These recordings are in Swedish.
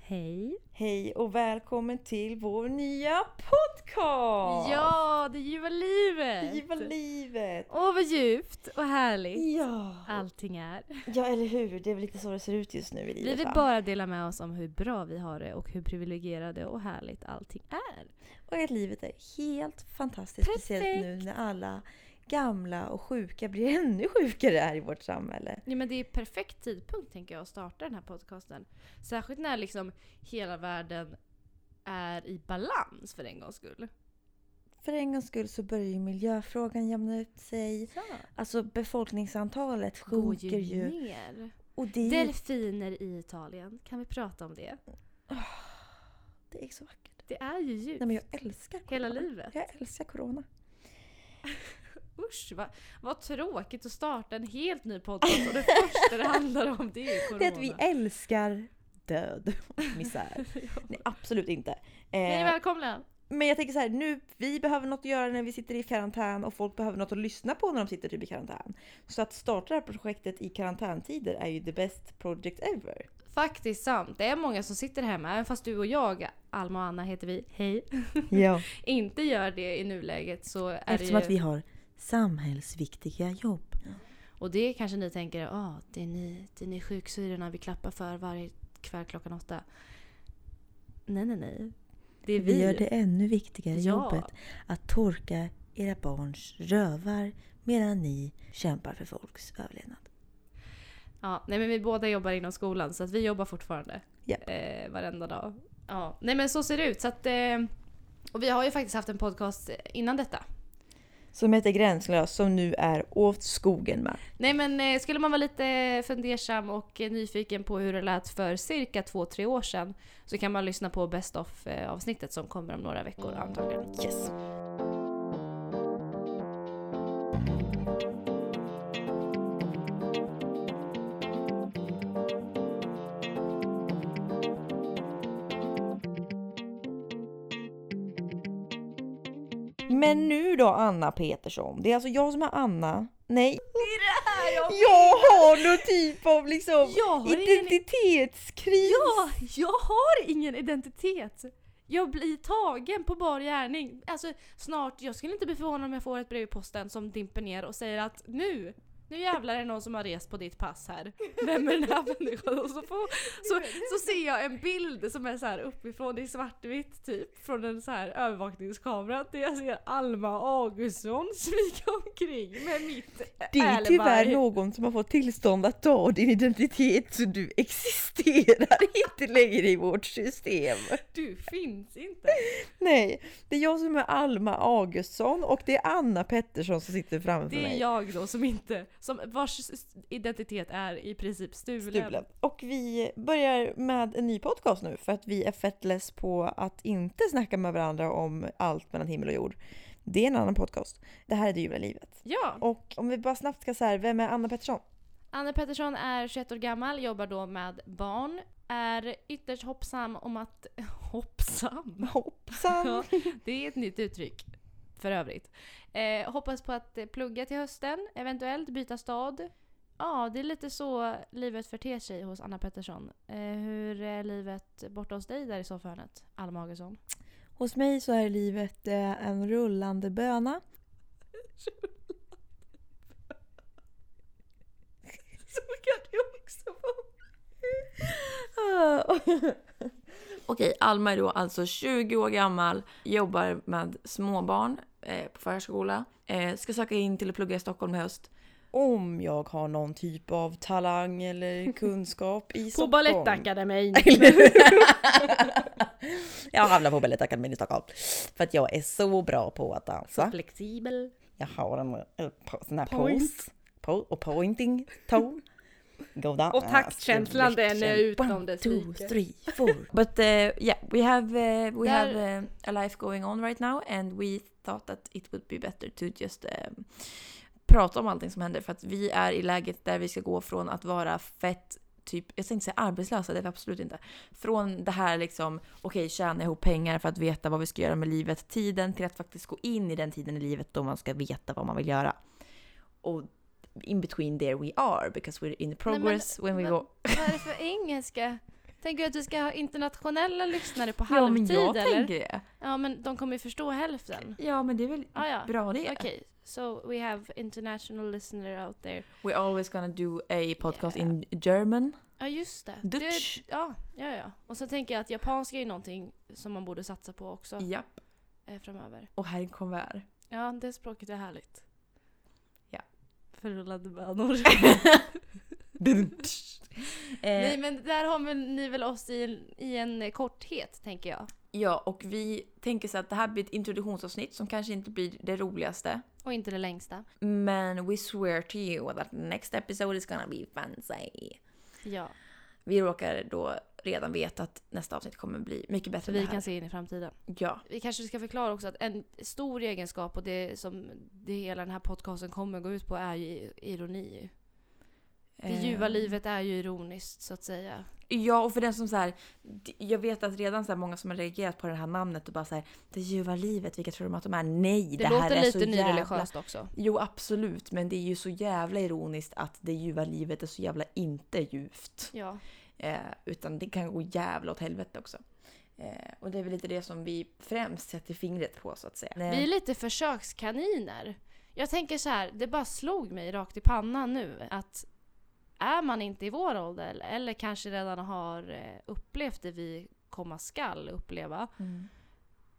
Hej! Hej och välkommen till vår nya podcast! Ja, det ljuva livet! Giva livet! Åh, vad djupt och härligt Ja. allting är. ja, eller hur? Det är väl lite så det ser ut just nu i Vi livet. vill va? bara dela med oss om hur bra vi har det och hur privilegierade och härligt allting är. Och att livet är helt fantastiskt. Speciellt nu Perfekt. när alla gamla och sjuka blir ännu sjukare här i vårt samhälle. Ja, men det är perfekt tidpunkt tänker jag att starta den här podcasten. Särskilt när liksom hela världen är i balans för en gångs skull. För en gångs skull så börjar ju miljöfrågan jämna ut sig. Så. Alltså befolkningsantalet Går sjunker ju ju. ner. Och det är, ju- Delfiner i Italien, kan vi prata om det? det är så vackert. Det är ju djupt. Nej men jag älskar corona. Hela livet. Jag älskar corona. Usch, vad, vad tråkigt att starta en helt ny podcast och det första det handlar om det är ju corona. Det är att vi älskar död och misär. Nej, absolut inte. Hej Eh, välkomna! men jag tänker så här, nu, vi behöver något att göra när vi sitter i karantän och folk behöver något att lyssna på när de sitter typ i karantän. Så att starta det här projektet i karantäntider är ju the best project ever. Faktiskt sant, det är många som sitter hemma, även fast du och jag, Alma och Anna heter vi, hej, Ja, inte gör det i nuläget så är Eftersom det ju... att vi har samhällsviktiga jobb. Och det kanske ni tänker, ja ah, det är ni, det är ni sjuksyrrorna vi klappar för varje kväll klockan åtta. Nej, nej, nej. Det är vi. Vi gör det ännu viktigare Ja. jobbet att torka era barns rövar medan ni kämpar för folks överlevnad. Ja, nej men vi båda jobbar inom skolan så att vi jobbar fortfarande. Japp. Eh, varenda dag. Ja, nej men så ser det ut. Så att, eh, och vi har ju faktiskt haft en podcast innan detta. som heter Gränslös som nu är åt skogen med. Nej men eh, skulle man vara lite fundersam och eh, nyfiken på hur det lät för cirka två, tre år sedan så kan man lyssna på Best of eh, avsnittet som kommer om några veckor antagligen. Mm. Yes. Men nu då Anna Petersson. Det är alltså jag som är Anna. Nej, är det här jag har någon typ av liksom Jag har ingen- identitetskris. Ja, jag har ingen identitet! Jag blir tagen på bar gärning. Alltså snart, jag skulle inte bli förvånad om jag får ett brev i posten som dimper ner och säger att nu, nu jävlar är det någon som har rest på ditt pass här. Vem är den här människan? Och så, får, så, så ser jag en bild som är så här uppifrån, det är svartvitt typ, från en så här övervakningskamera där jag ser Alma Augustsson smyga omkring med mitt Det är alibi. tyvärr någon som har fått tillstånd att ta din identitet så du existerar inte längre i vårt system. Du finns inte. Nej, det är jag som är Alma Augustsson och det är Anna Pettersson som sitter framför Det är mig. jag då som inte, som vars s- identitet är i princip stulen. Stulen. Och vi börjar med en ny podcast nu för att vi är fett less på att inte snacka med varandra om allt mellan himmel och jord. Det är en annan podcast. Det här är Det ljuva livet. Ja! Och om vi bara snabbt ska säga, vem är Anna Pettersson? Anna Pettersson är 21 år gammal, jobbar då med barn, är ytterst hoppsam om att... Hoppsam? Hoppsan! Ja, det är ett nytt uttryck. För övrigt. Eh, hoppas på att eh, plugga till hösten, eventuellt byta stad. Ja, det är lite så livet förter sig hos Anna Pettersson. Eh, hur är livet borta hos dig där i soffhörnet, Alma Augustsson? Hos mig så är livet eh, en rullande böna. Så kan det också vara. Okej, Alma är då alltså 20 år gammal, jobbar med småbarn eh, på förskola, eh, ska söka in till att plugga i Stockholm i höst. Om jag har någon typ av talang eller kunskap i På Stockholm. Balettakademin. Jag hamnar på Balettakademin i Stockholm. För att jag är så bra på att dansa. Flexibel. Jag har en eh, po- sån här Point. pose. Po och pointing toe. Go down. Och taktkänslan, den är utom One, dess two, like. three, four. But uh, yeah, we have uh, we Där- have uh, a life going on right now and we thought that it would be better to just um, prata om allting som händer för att vi är i läget där vi ska gå från att vara fett typ, jag ska inte säga arbetslösa, det är vi absolut inte. Från det här liksom, okej tjäna ihop pengar för att veta vad vi ska göra med livet, tiden till att faktiskt gå in i den tiden i livet då man ska veta vad man vill göra. Och in between there we are because we're in men- progress when we men- go Vad är det för engelska? Tänker du att vi ska ha internationella lyssnare på Ja, men halvtid jag eller? tänker det. Ja men de kommer ju förstå hälften. Ja, men det är väl Ah, ja, bra det. okej. So we have international listener out there. We're always gonna do a podcast in German. Ja just det. Dutch. Det, ja, ja, ja. Och så tänker jag att japanska är ju någonting som man borde satsa på också Japp. eh, framöver. Och här kommer Ja, det språket är härligt. Ja. Eh. Förrullade bönor. Nej eh, men där har väl ni väl oss i en, i en korthet tänker jag. Ja, och vi tänker så att det här blir ett introduktionsavsnitt som kanske inte blir det roligaste. Och inte det längsta. Men we swear to you that next episode is gonna be fancy. Ja, Vi råkar då redan veta att nästa avsnitt kommer bli mycket bättre så än det vi här. kan se in i framtiden. Ja, Vi kanske ska förklara också att en stor egenskap och det som det hela den här podcasten kommer gå ut på är ju ironi. Det eh, ljuva livet är ju ironiskt så att säga. Ja, och för den som så här, d- jag vet att redan så här många som har reagerat på det här namnet och bara så här, det ljuva livet, vilka tror de att de är? Nej, det, Det, här är låter så lite jävla... nyreligiöst också. Jo, absolut, men det är ju så jävla ironiskt att det ljuva livet är så jävla inte ljuvt. Ja. Eh, utan det kan gå jävla åt helvete också. Eh, och det är väl lite det som vi främst sätter fingret på så att säga. Vi är lite försökskaniner. Jag tänker så här, det bara slog mig rakt i pannan nu att är man inte i vår ålder eller kanske redan har eh, upplevt det vi komma skall uppleva Mm.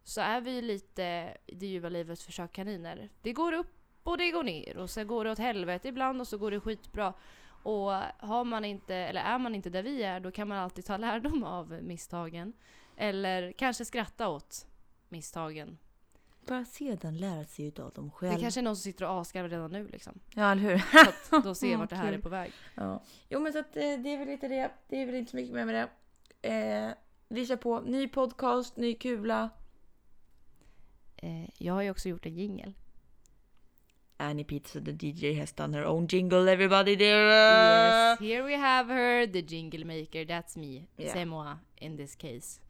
så är vi ju lite det ljuva livets försökskaniner. Det går upp och det går ner och så går det åt helvete ibland och så går det skitbra. Och har man inte, eller är man inte där vi är, då kan man alltid ta lärdom av misstagen. Eller kanske skratta åt misstagen. Bara sedan lära sig utav dem själv. Det kanske är någon som sitter och asgarvar redan nu liksom. Ja, eller hur? Så att då ser jag vart det här är på väg. Ja. Jo men så att eh, det är väl lite det. Det är väl inte så mycket mer med det. Eh, vi kör på. Ny podcast, ny kula. Eh, jag har ju också gjort en jingel. Annie Pizza the DJ has done her own jingle everybody there. Yes, here we have her, the jingle maker, that's me. Yeah. C'est moi in this case.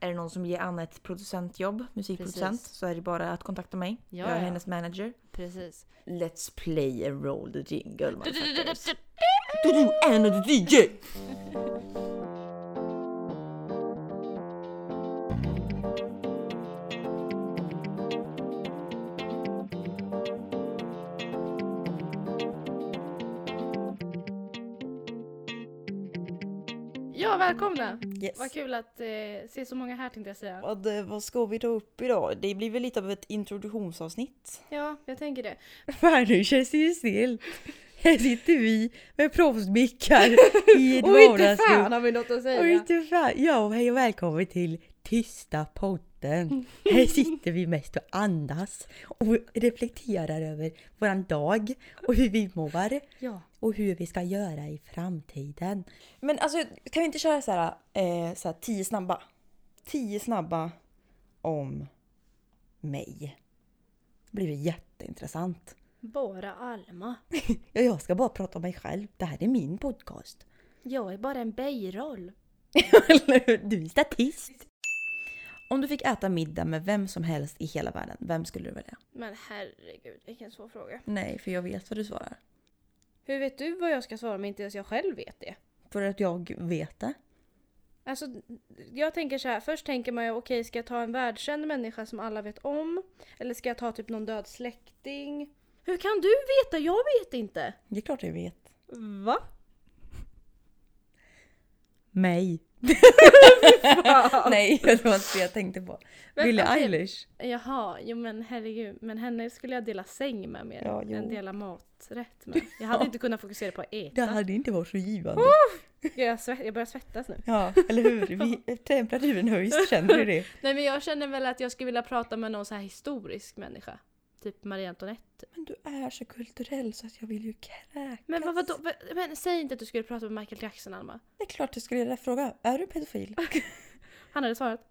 Är det någon som ger Anna ett producentjobb, musikproducent, Precis. så är det bara att kontakta mig. Ja, jag är ja. hennes manager. Precis. Let's play and roll the jingle motherfuckers. Du-du, Anna the DJ! Ja, välkomna! Yes. Vad kul att eh, se så många här tänkte jag säga. Vad, eh, vad ska vi ta upp idag? Det blir väl lite av ett introduktionsavsnitt. Ja, jag tänker det. För nu känns det ju still. Här sitter vi med proffsmickar i ett Och inte vardagsrum. fan har vi något att Och säga. inte fan. Ja, och hej och välkommen till Tysta podden. Här sitter vi mest och andas och reflekterar över våran dag och hur vi mår Ja. och hur vi ska göra i framtiden. Men alltså, kan vi inte köra så här, eh, så här tio snabba? Tio snabba om mig. Det blir jätteintressant. Bara Alma. Ja, Jag ska bara prata om mig själv. Det här är min podcast. Jag är bara en bejroll. Eller hur? Du är statist. Om du fick äta middag med vem som helst i hela världen, vem skulle du välja? Men herregud, vilken svår fråga. Nej, för jag vet vad du svarar. Hur vet du vad jag ska svara om inte ens jag själv vet det? För att jag vet det. Alltså, jag tänker så här. Först tänker man ju okej, ska jag ta en världskänd människa som alla vet om? Eller ska jag ta typ någon död släkting? Hur kan du veta? Jag vet inte! Det är klart jag vet. Va? Mig. Nej, det var inte det jag tänkte på. Men Billie okej. Eilish. Jaha, jo men herregud. Men henne skulle jag dela säng med mer Ja, jo. än dela maträtt med. Jag hade inte kunnat fokusera på att Det äta. hade inte varit så givande. Jag, svett, jag börjar svettas nu. Ja, eller hur? Vi, temperaturen höjs, känner du det? Nej men jag känner väl att jag skulle vilja prata med någon så här historisk människa. Typ Marie Antoinette. Men du är så kulturell så att jag vill ju kräkas. Men vad, vadå? Men säg inte att du skulle prata med Michael Jackson Alma. Det är klart du skulle göra fråga. Är du pedofil? Han hade svarat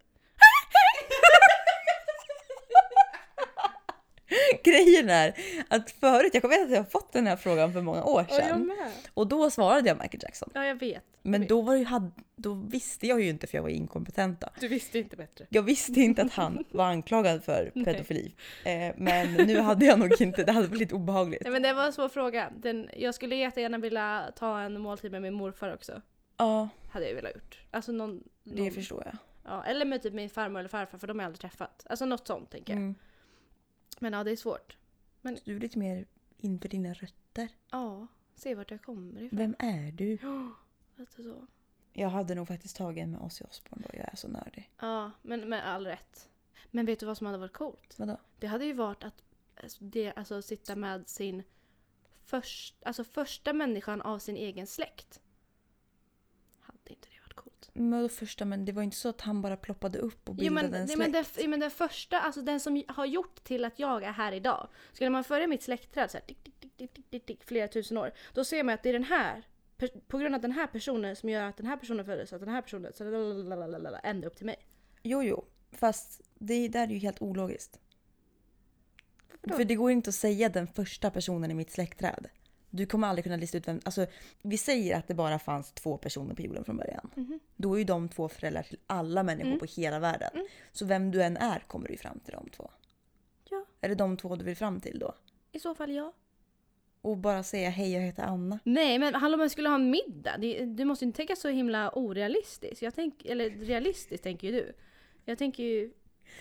Grejen är att förut, jag kommer ihåg att jag har fått den här frågan för många år Ja, jag sedan. med. Och då svarade jag Michael Jackson. Ja, jag vet. Men då, var det ju, had- då visste jag ju inte för jag var inkompetent då. Du visste inte bättre. Jag visste inte att han var anklagad för Nej. pedofili. Eh, men nu hade jag nog inte, det hade varit lite obehagligt. Nej men det var en svår fråga. Den, jag skulle jättegärna vilja ta en måltid med min morfar också. Ja, Hade jag ju velat gjort. Alltså någon, det någon, förstår jag. ja, eller med typ min farmor eller farfar för de har jag aldrig träffat. Alltså något sånt tänker jag. Mm. Men ja, det är svårt. Så Du är lite mer in för dina rötter. Ja, se vart jag kommer ifrån. Vem är du? Ja, lite så. Jag hade nog faktiskt tagit en med Ozzy Osbourne då. Jag är så nördig. Ja, men med all rätt. Men vet du vad som hade varit coolt? Vadå? Det hade ju varit att alltså, det, alltså, sitta med sin först, alltså, första människan av sin egen släkt. Hade inte det varit coolt? Men då första, men det var inte så att han bara ploppade upp och Jo bildade men, en nej, släkt. men, den, jo, men den första, alltså den som har gjort till att jag är här idag. Skulle man följa mitt släktträd så här, tick, tick, tick, tick, tick, tick, tick, flera tusen år. Då ser man att det är den här, per- på grund av den här personen som gör att den här personen föddes, att den här personen, så lalalala, ända upp till mig. Jo, jo. Fast det där är ju helt ologiskt. då? För det går inte att säga den första personen i mitt släktträd. Du kommer aldrig kunna lista ut vem... Alltså, vi säger att det bara fanns två personer på jorden från början. Mhm. Då är ju de två föräldrar till alla människor Mm. på hela världen. Så vem du än är kommer du ju fram till de två. Ja. Är det de två du vill fram till då? I så fall ja. Och bara säga hej jag heter Anna. Nej men hallå man skulle ha en middag. Det, du måste ju inte tänka så himla orealistiskt. Jag tänk, eller realistiskt tänker ju du. Jag tänker ju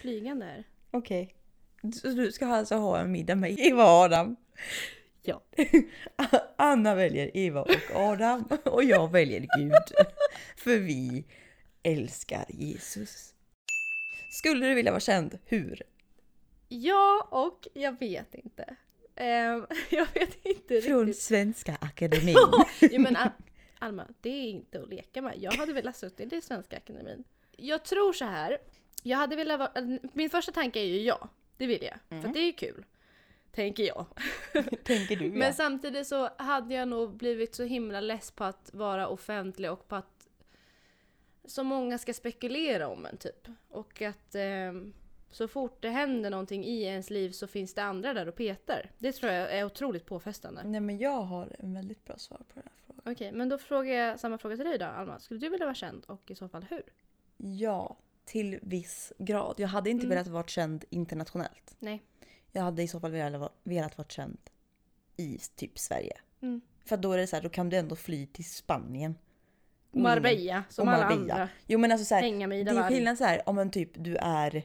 flygande här. Okej. Så du ska alltså ha en middag med Eva och Adam? Ja. Anna väljer Eva och Adam och jag väljer Gud. För vi älskar Jesus. Skulle du vilja vara känd? Hur? Ja och jag vet inte. Ehm, jag vet inte Från riktigt. Svenska Akademin. Jo, men Al- Alma, det är inte att leka med. Jag hade velat suttit i Svenska Akademin. Jag tror så här. Jag hade velat vara, alltså, min första tanke är ju ja. Det vill jag. För att det är kul. Tänker jag. Tänker du Men samtidigt så hade jag nog blivit så himla less på att vara offentlig och på att så många ska spekulera om en typ. Och att ehm, så fort det händer någonting i ens liv så finns det andra där och petar. Det tror jag är otroligt påfrestande. Nej men jag har en väldigt bra svar på den här frågan. Okej, men då frågar jag samma fråga till dig då Alma. Skulle du vilja vara känd och i så fall hur? Ja, till viss grad. Jag hade inte velat vara känd internationellt. Mm. Nej. Jag hade i så fall velat, vara- velat vara känd i typ Sverige. Mm. För då är det så här, då kan du ändå fly till Spanien. Och ingen- Marbella, som Mm. och alla Marbella. andra. Jo men alltså så här, Hänga mig i Det är Davari. skillnad så här, om en typ du är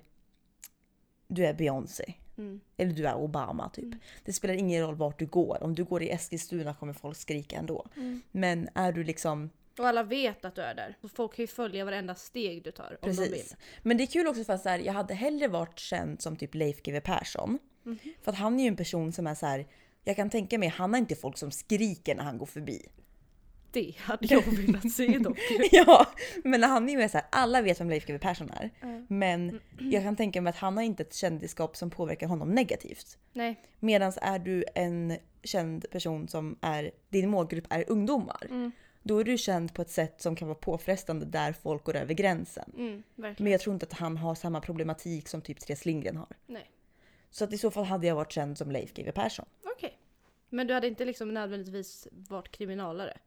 du är Beyoncé. Mm. Eller du är Obama typ. Det spelar ingen roll vart du går. Om du går i Eskilstuna kommer folk skrika ändå. Mm. Men är du liksom... Och alla vet att du är där. Så folk kan ju följa varenda steg du tar om de vill. Precis. Men det är kul också för att så här, jag hade hellre varit känd som typ Leif GW Persson. Mhm. För att han är ju en person som är så här. Jag kan tänka mig, han har inte folk som skriker när han går förbi. Det hade jag velat se dock. ja, men han är ju mer så här, alla vet vem Leif GW Persson är. Men Mm. jag kan tänka mig att han har inte ett kändisskap som påverkar honom negativt. Nej. Medan är du en känd person som är, din målgrupp är ungdomar. Mm. Då är du känd på ett sätt som kan vara påfrestande där folk går över gränsen. Mm, verkligen. Men jag tror inte att han har samma problematik som typ Therese Lindgren har. Nej. Så att i så fall hade jag varit känd som Leif GW Persson. Okej. Men du hade inte liksom nödvändigtvis varit kriminalare?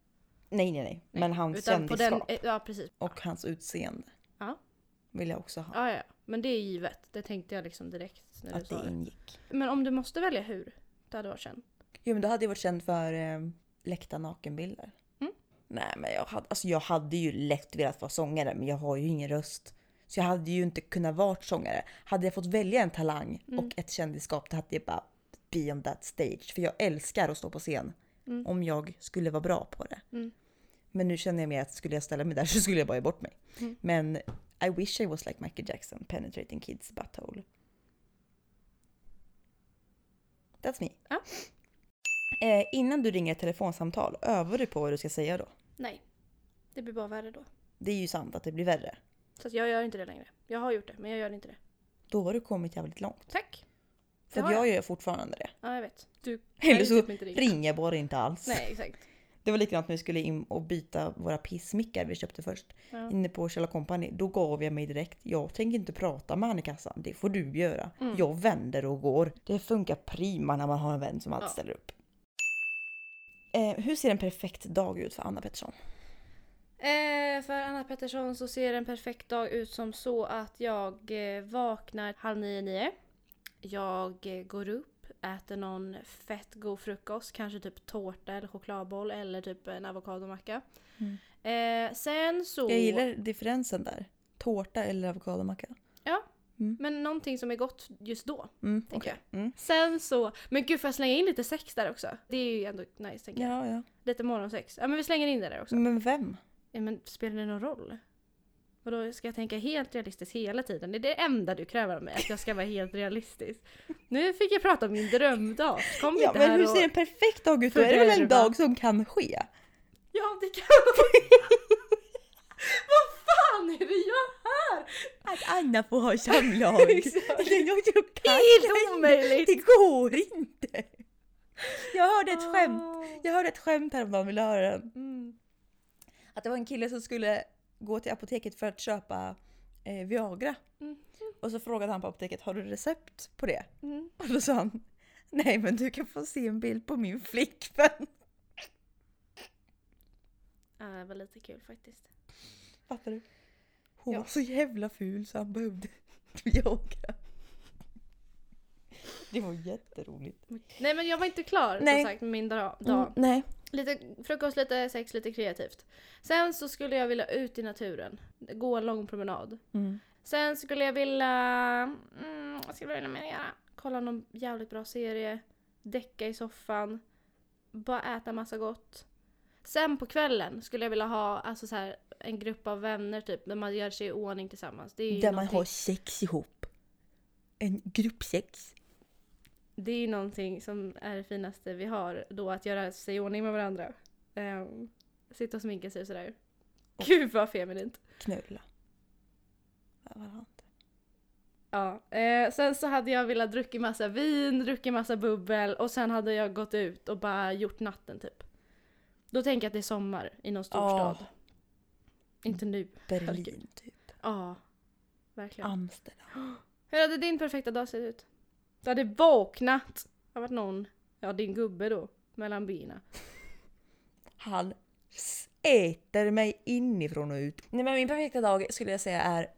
Nej, nej, nej. Men hans Utan på den, kändisskap eh, Ja, precis. och hans utseende Ja. vill jag också ha. Ja, ja, ja. Men det är givet. Det tänkte jag liksom direkt när du Att sa det det. ingick. Men om du måste välja hur du hade varit känd? Jo men då hade jag varit känd för eh, läckta nakenbilder. Mm. Nej men jag hade, alltså jag hade ju lätt velat vara sångare men jag har ju ingen röst. Så jag hade ju inte kunnat vara sångare. Hade jag fått välja en talang Mm. och ett kändisskap då hade jag bara be on that stage. För jag älskar att stå på scen. Om jag skulle vara bra på det. Mm. Men nu känner jag mer att skulle jag ställa mig där så skulle jag bara ge bort mig. Mm. Men I wish I was like Michael Jackson penetrating kids butthole. That's me. Ja. Eh, innan du ringer ett telefonsamtal, övar du på vad du ska säga då? Nej. Det blir bara värre då. Det är ju sant att det blir värre. Så att jag gör inte det längre. Jag har gjort det, men jag gör inte det. Då har du kommit jävligt långt. Tack! För Det att har jag gör fortfarande det. Ja, jag vet. Du Eller så typ inte ringa. ringer jag bara inte alls. Nej, exakt. Det var likadant när vi skulle in och byta våra pissmickar vi köpte först. Ja. Inne på Kjell Company. Då gav jag mig direkt. Jag tänker inte prata med han i kassan. Det får du göra. Mm. Jag vänder och går. Det funkar prima när man har en vän som alltid Ja. ställer upp. Eh, hur ser en perfekt dag ut för Anna Pettersson? Eh, för Anna Pettersson så ser en perfekt dag ut som så att jag eh, vaknar halv nio, nio. Jag eh, går upp, äter någon fett god frukost, kanske typ tårta eller chokladboll eller typ en avokadomacka. Eh, sen så... Mm. Jag gillar differensen där. Tårta eller avokadomacka. Men någonting som är gott just då. Mm, Tänker okej. Mm. Sen så... Men gud får jag slänga in lite sex där också? Det är ju ändå nice tänker jag. Ja, ja. Lite morgonsex. Ja men vi slänger in det där också. Men vem? Ja, men spelar det någon roll? Vadå, ska jag tänka helt realistiskt hela tiden? Det är det enda du kräver av mig, att jag ska vara helt realistisk. Nu fick jag prata om min drömdag. Kom Ja, inte men här hur och... ser en perfekt dag ut då? Är det väl en fördärva. dag som kan ske? Ja, det kan Vad fan är det jag här? Att Anna får ha samlag. Exakt. Det låter ju Helt kanon. omöjligt! Det går inte. Jag hörde ett skämt. Ah. Jag hörde ett skämt häromdagen, vill du höra den? Mm. Att det var en kille som skulle gå till apoteket för att köpa eh, Viagra. Mm. Och så frågade han på apoteket, har du recept på det? Mm. Och då sa han, nej men du kan få se en bild på min flickvän. Ja, det var lite kul faktiskt. Fattar du? Hon Ja. var så jävla ful så han behövde Viagra. Det var jätteroligt. Nej men jag var inte klar Nej. Mm. som sagt med min dra- dag. nej. Lite frukost, lite sex, lite kreativt. Sen så skulle jag vilja ut i naturen. Gå en lång promenad. Mm. Sen skulle jag vilja... Mm, vad skulle jag vilja mer göra? Kolla någon jävligt bra serie. Däcka i soffan. Bara äta massa gott. Sen på kvällen skulle jag vilja ha alltså så här, en grupp av vänner typ, där man gör sig i ordning tillsammans. Det är ju Där man någonting, har sex ihop. En gruppsex. det är ju någonting som är det finaste vi har då, att göra sig i ordning med varandra. Ehm, sitta och sminka sig och sådär. Gud vad feminint! Knulla. Vad var han? Ja, eh, sen så hade jag velat druckit massa vin, druckit massa bubbel och sen hade jag gått ut och bara gjort natten typ. Då tänker jag att det är sommar i någon storstad. Ja. Inte nu. Berlin typ. Ja, verkligen. Amsterdam. Hur hade din perfekta dag sett ut? Du hade vaknat av att någon, ja din gubbe då, mellan benen. Han s- äter mig inifrån och ut. Nej men min perfekta dag skulle jag säga är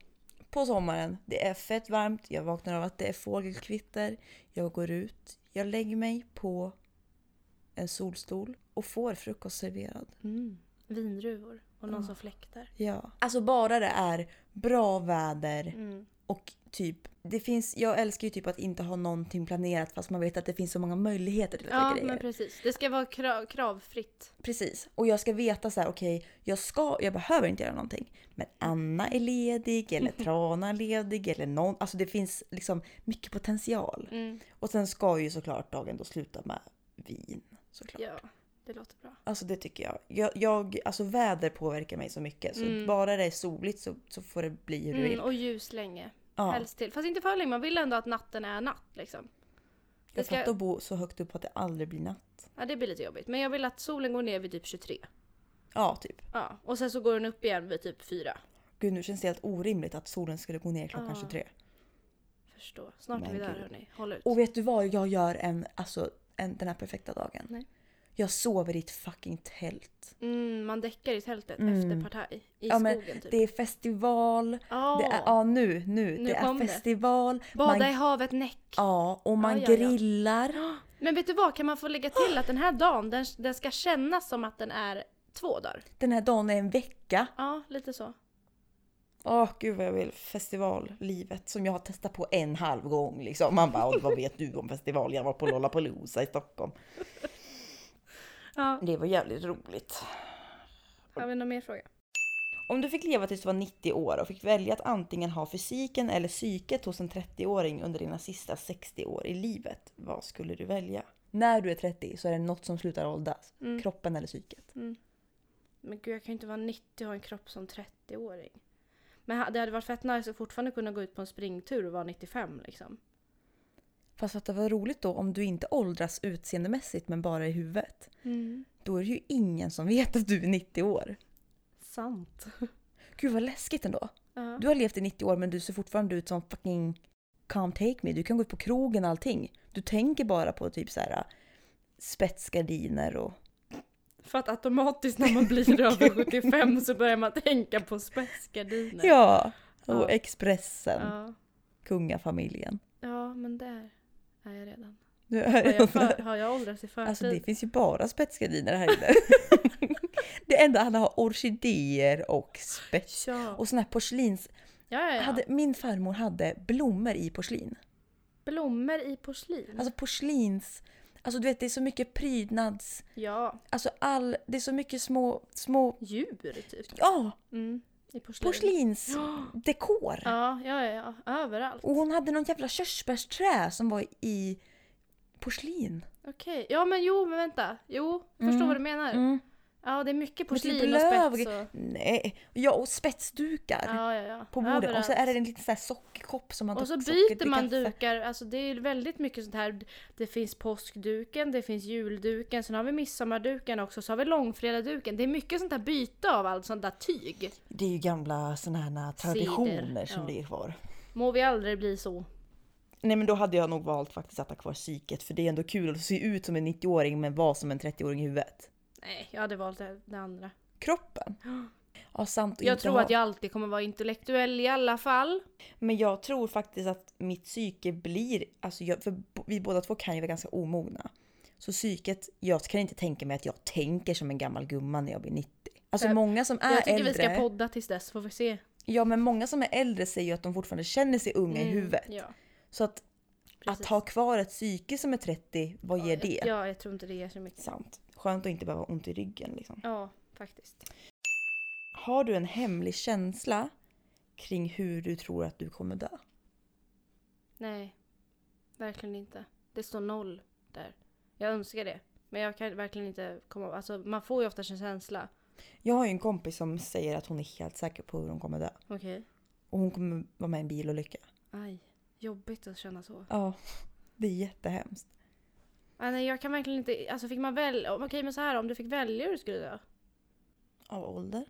på sommaren. Det är fett varmt, jag vaknar av att det är fågelkvitter. Jag går ut, jag lägger mig på en solstol och får frukost serverad. Mm. Vindruvor och någon Ja. som fläktar. Ja. Alltså bara det är bra väder Mm. och typ det finns, jag älskar ju typ att inte ha någonting planerat fast man vet att det finns så många möjligheter till Ja, grejer. men precis. Det ska vara krav, kravfritt. Precis. Och jag ska veta så här, okej, jag ska, jag behöver inte göra någonting. Men Anna är ledig, eller Trana är ledig, eller någon. Alltså det finns liksom mycket potential. Mm. Och sen ska ju såklart dagen då sluta med vin. Såklart. Ja, det låter bra. Alltså det tycker jag. jag, jag alltså väder påverkar mig så mycket. Så Mm. bara det är soligt så, så får det bli hur du vill. Mm, och ljus länge. ja. Helst till. Fast inte för länge, man vill ändå att natten är natt liksom. Det, Jag ska, fattar att bo så högt upp att det aldrig blir natt. ja, det blir lite jobbigt. Men jag vill att solen går ner vid typ 23. Ja, typ. Ja, och sen så går den upp igen vid typ 4. Gud nu känns det helt orimligt att solen skulle gå ner klockan Ja. 23. Förstå. Snart är Men vi där gud. hörni. Håll ut. Och vet du vad jag gör en, alltså, en, den här perfekta dagen? Nej. Jag sover i ett fucking tält. Mm, man däckar i tältet Mm. efter partaj. I Ja, men skogen typ. Det är festival. Ja. Det är, ja nu, nu. Nu det är kom det. festival. Bada i man, havet näck. ja, och man Ja, ja, ja. grillar. Men vet du vad, kan man få lägga till att den här dagen, den, den ska kännas som att den är två dagar? Den här dagen är en vecka. Ja, lite så. Åh gud vad jag vill. Festivallivet som jag har testat på en halv gång liksom. Man bara, "Åh, vad vet du om festival? Jag var på Lollapalooza i Stockholm. Ja. Det var jävligt roligt. Har vi någon mer fråga? Om du fick leva tills du var 90 år och fick välja att antingen ha fysiken eller psyket hos en 30-åring under dina sista 60 år i livet, vad skulle du välja? När du är 30 så är det något som slutar åldras. Mm. Kroppen eller psyket. Men gud, jag kan ju inte vara 90 och ha en kropp som 30-åring. Men ha- det hade varit fett nice att fortfarande kunna gå ut på en springtur och vara 95 liksom. Fast fatta vad roligt då om du inte åldras utseendemässigt men bara i huvudet. Då är det ju ingen som vet att du är 90 år. Sant. Gud vad läskigt ändå. Ja. Du har levt i 90 år men du ser fortfarande ut som fucking can't take me. Du kan gå ut på krogen och allting. Du tänker bara på typ så här spetsgardiner och För att automatiskt när man blir över 75 så börjar man tänka på spetsgardiner. Ja, och Ja. Expressen, ja. kungafamiljen. Ja, men där är jag redan. Nu är Har jag, jag för, har jag åldrats i förtid? Alltså det finns ju bara spetsgardiner här inne. Det enda han har orkidéer och spett. Ja. Och såna här porslins... ja, ja, ja. Hade, min farmor hade blommor i porslin. Blommor i porslin. Alltså porslins... Alltså du vet, det är så mycket prydnads... ja, Alltså all... Det är så mycket små... små djur typ. ja! Mm, I porslin. Porslinsdekor! Ja, ja, ja, ja. Överallt. Och hon hade någon jävla körsbärsträ som var i porslin. Okej. Ja, men jo, men vänta. Jo, förstår vad du menar. Mm. Ja, det är mycket Med typ porslin och löv spets och... Nej, ja och spetsdukar. Ja, ja, ja. På bordet och Överallt. så är det en liten sån här sockerkopp som man Och så tar byter socker man till kaffe. dukar, alltså det är väldigt mycket sånt här. Det finns påskduken, det finns julduken, sen har vi midsommarduken också, så har vi långfredagsduken. Det är mycket sånt här byte av allt sånt där tyg. Det är ju gamla såna här traditioner Sidor, som ja. ligger kvar. Må vi aldrig bli så. Nej men då hade jag nog valt faktiskt att ha kvar psyket för det är ändå kul att se ut som en 90-åring men vara som en 30-åring i huvudet. Nej, jag hade valt det, det andra. Kroppen. Ja sant. och Jag inte tror ha- att jag alltid kommer vara intellektuell i alla fall. Men jag tror faktiskt att mitt psyke blir, alltså jag, för bo- vi båda två kan ju vara ganska omogna. Så psyket, jag kan inte tänka mig att jag tänker som en gammal gumma när jag blir 90. Alltså Nej, många som är jag tycker äldre, vi ska podda tills dess, får vi se. ja men många som är äldre säger ju att de fortfarande känner sig unga i Mm, huvudet. Ja, Så att, att precis. ha kvar ett psyke som är 30, vad ger det? Ja, jag tror inte det ger så mycket. Sant. Skönt att inte behöva ha ont i ryggen liksom. Ja, faktiskt. Har du en hemlig känsla kring hur du tror att du kommer dö? Nej, verkligen inte. Det står noll där. Jag önskar det. Men jag kan verkligen inte komma Alltså man får ju oftast en känsla. Jag har ju en kompis som säger att hon är helt säker på hur hon kommer dö. Okej. Och hon kommer vara med i en bilolycka. Aj. Jobbigt att känna så. Ja. Det är jättehemskt. Ah, nej, jag kan verkligen inte... Alltså fick man väl... Okej men så här om du fick välja hur du skulle dö. Av ålder.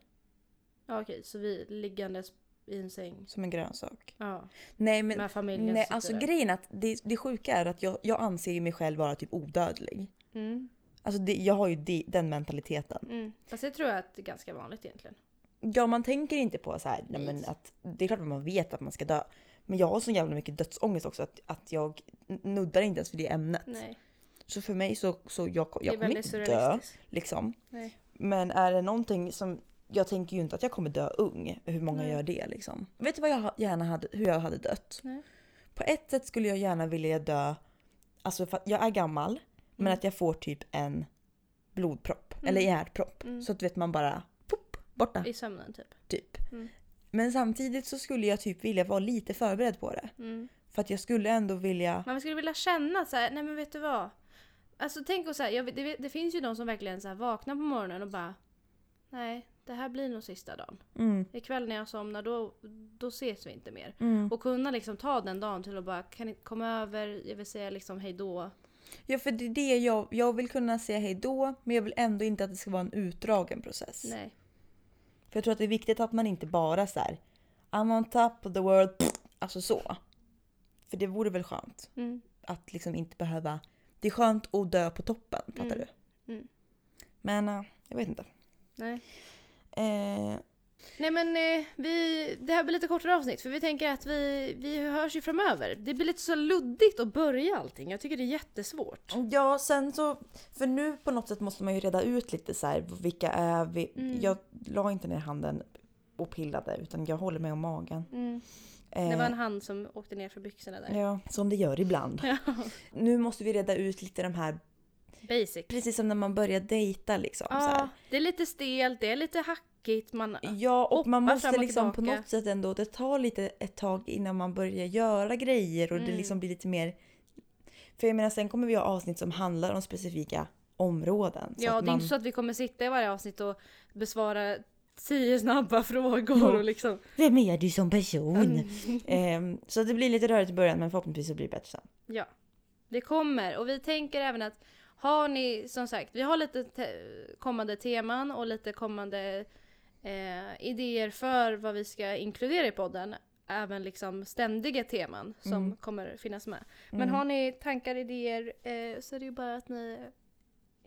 Ja okej, så vi liggandes i en säng. Som en grönsak. Ja, Nej men med familjen nej, sitter alltså där. grejen är att det, det sjuka är att jag, jag anser ju mig själv vara typ odödlig. mm, Alltså det, jag har ju de, den mentaliteten. mm. Fast det tror jag att det är ganska vanligt egentligen. Ja man tänker inte på så här, nej, men Nej. att det är klart att man vet att man ska dö. Men jag har så jävla mycket dödsångest också att, att jag nuddar inte ens vid det ämnet. Nej, Så för mig så, så jag, det är jag Alltså, kommer väldigt inte dö. surrealistiskt. Liksom. Nej. Men är det någonting som... Jag tänker ju inte att jag kommer dö ung. Hur många Nej. gör det liksom? Vet du vad jag ha- gärna hade, hur jag hade dött? Nej. På ett sätt skulle jag gärna vilja dö... Alltså för att jag är gammal. Men Mm. att jag får typ en blodpropp. Mm. Eller hjärtpropp. Mm. Så att vet man bara... Pop, borta. I sömnen typ. Typ. Mm. Men samtidigt så skulle jag typ vilja vara lite förberedd på det. Mm. För att jag skulle ändå vilja... Man skulle vilja känna så här, nej men vet du vad? Alltså tänk och så här, jag, vet- det, vet- det finns ju de som verkligen så här vaknar på morgonen och bara Nej, det här blir nog sista dagen. Mm. Ikväll när jag somnar då, då ses vi inte mer. Mm. Och kunna liksom ta den dagen till att bara kan ni komma över, jag vill säga liksom hej då. Ja för det är det jag... Jag vill kunna säga hej då. Men jag vill ändå inte att det ska vara en utdragen process. Nej. För jag tror att det är viktigt att man inte bara så här, I'm on top of the world, pff, alltså så. För det vore väl skönt Mm. att liksom inte behöva, det är skönt att dö på toppen, fattar Mm. du? Mm. Men eh, jag vet inte. Nej. Eh, Nej men eh, vi, det här blir lite kortare avsnitt för vi tänker att vi, vi hörs ju framöver. Det blir lite så luddigt att börja allting. Jag tycker det är jättesvårt. ja sen så, för nu på något sätt måste man ju reda ut lite så här, vilka är vi? Mm. Jag la inte ner handen och pillade utan jag håller mig om magen. Mm. Eh, Det var en hand som åkte ner för byxorna där. Ja, som det gör ibland. Ja. Nu måste vi reda ut lite de här, Basic. precis som när man börjar dejta liksom. Så här. Ja, det är lite stelt, det är lite hackigt. Man, Ja, och man Hoppa fram måste och liksom på tillbaka. något sätt ändå, det tar lite ett tag innan man börjar göra grejer och det Mm. liksom blir lite mer... För jag menar, sen kommer vi ha avsnitt som handlar om specifika områden. Så ja, att det är man... inte så att vi kommer sitta i varje avsnitt och besvara tio snabba frågor. Jo. Och liksom. Vem är du som person? Mm. Ehm, så det blir lite rörigt i början men förhoppningsvis så blir det bättre sen. Ja, det kommer. Och vi tänker även att har ni, som sagt, vi har lite te- kommande teman och lite kommande eh, idéer för vad vi ska inkludera i podden. Även liksom ständiga teman som Mm. kommer finnas med. Men Mm. har ni tankar, idéer eh, så är det ju bara att ni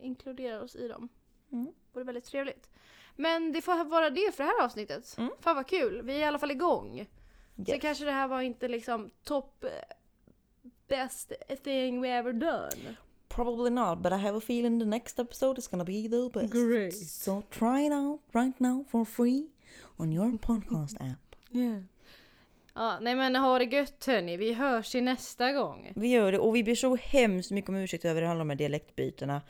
inkluderar oss i dem. Mm. Vore väldigt trevligt. Men det får vara det för det här avsnittet. Mm. Fan vad kul, vi är i alla fall igång. Så Yes. kanske det här var inte liksom topp eh, best thing we ever done. Probably not, but I have a feeling the next episode is gonna be the best. Great. So try it out right now for free on your podcast app. Ja, nej men ha det gött hörni. Vi hörs i nästa gång. Vi gör det och vi ber så hemskt mycket om ursäkt över alla de här dialektbytena.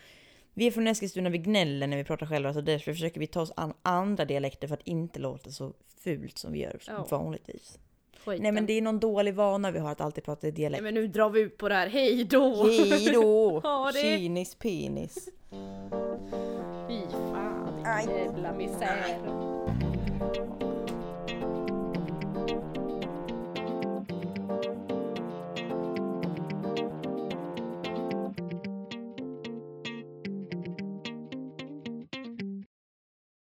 Vi är från Eskilstuna, vi gnäller när vi pratar själva så därför försöker vi ta oss an andra dialekter för att inte låta så fult som vi gör Ja. vanligtvis. Skiten. Nej men det är någon dålig vana vi har att alltid prata i nej dialekt. men nu drar vi ut på det här. Hej då! Hej då! Ha det. Kynis penis. Fy fan, Aj. vilken jävla misär.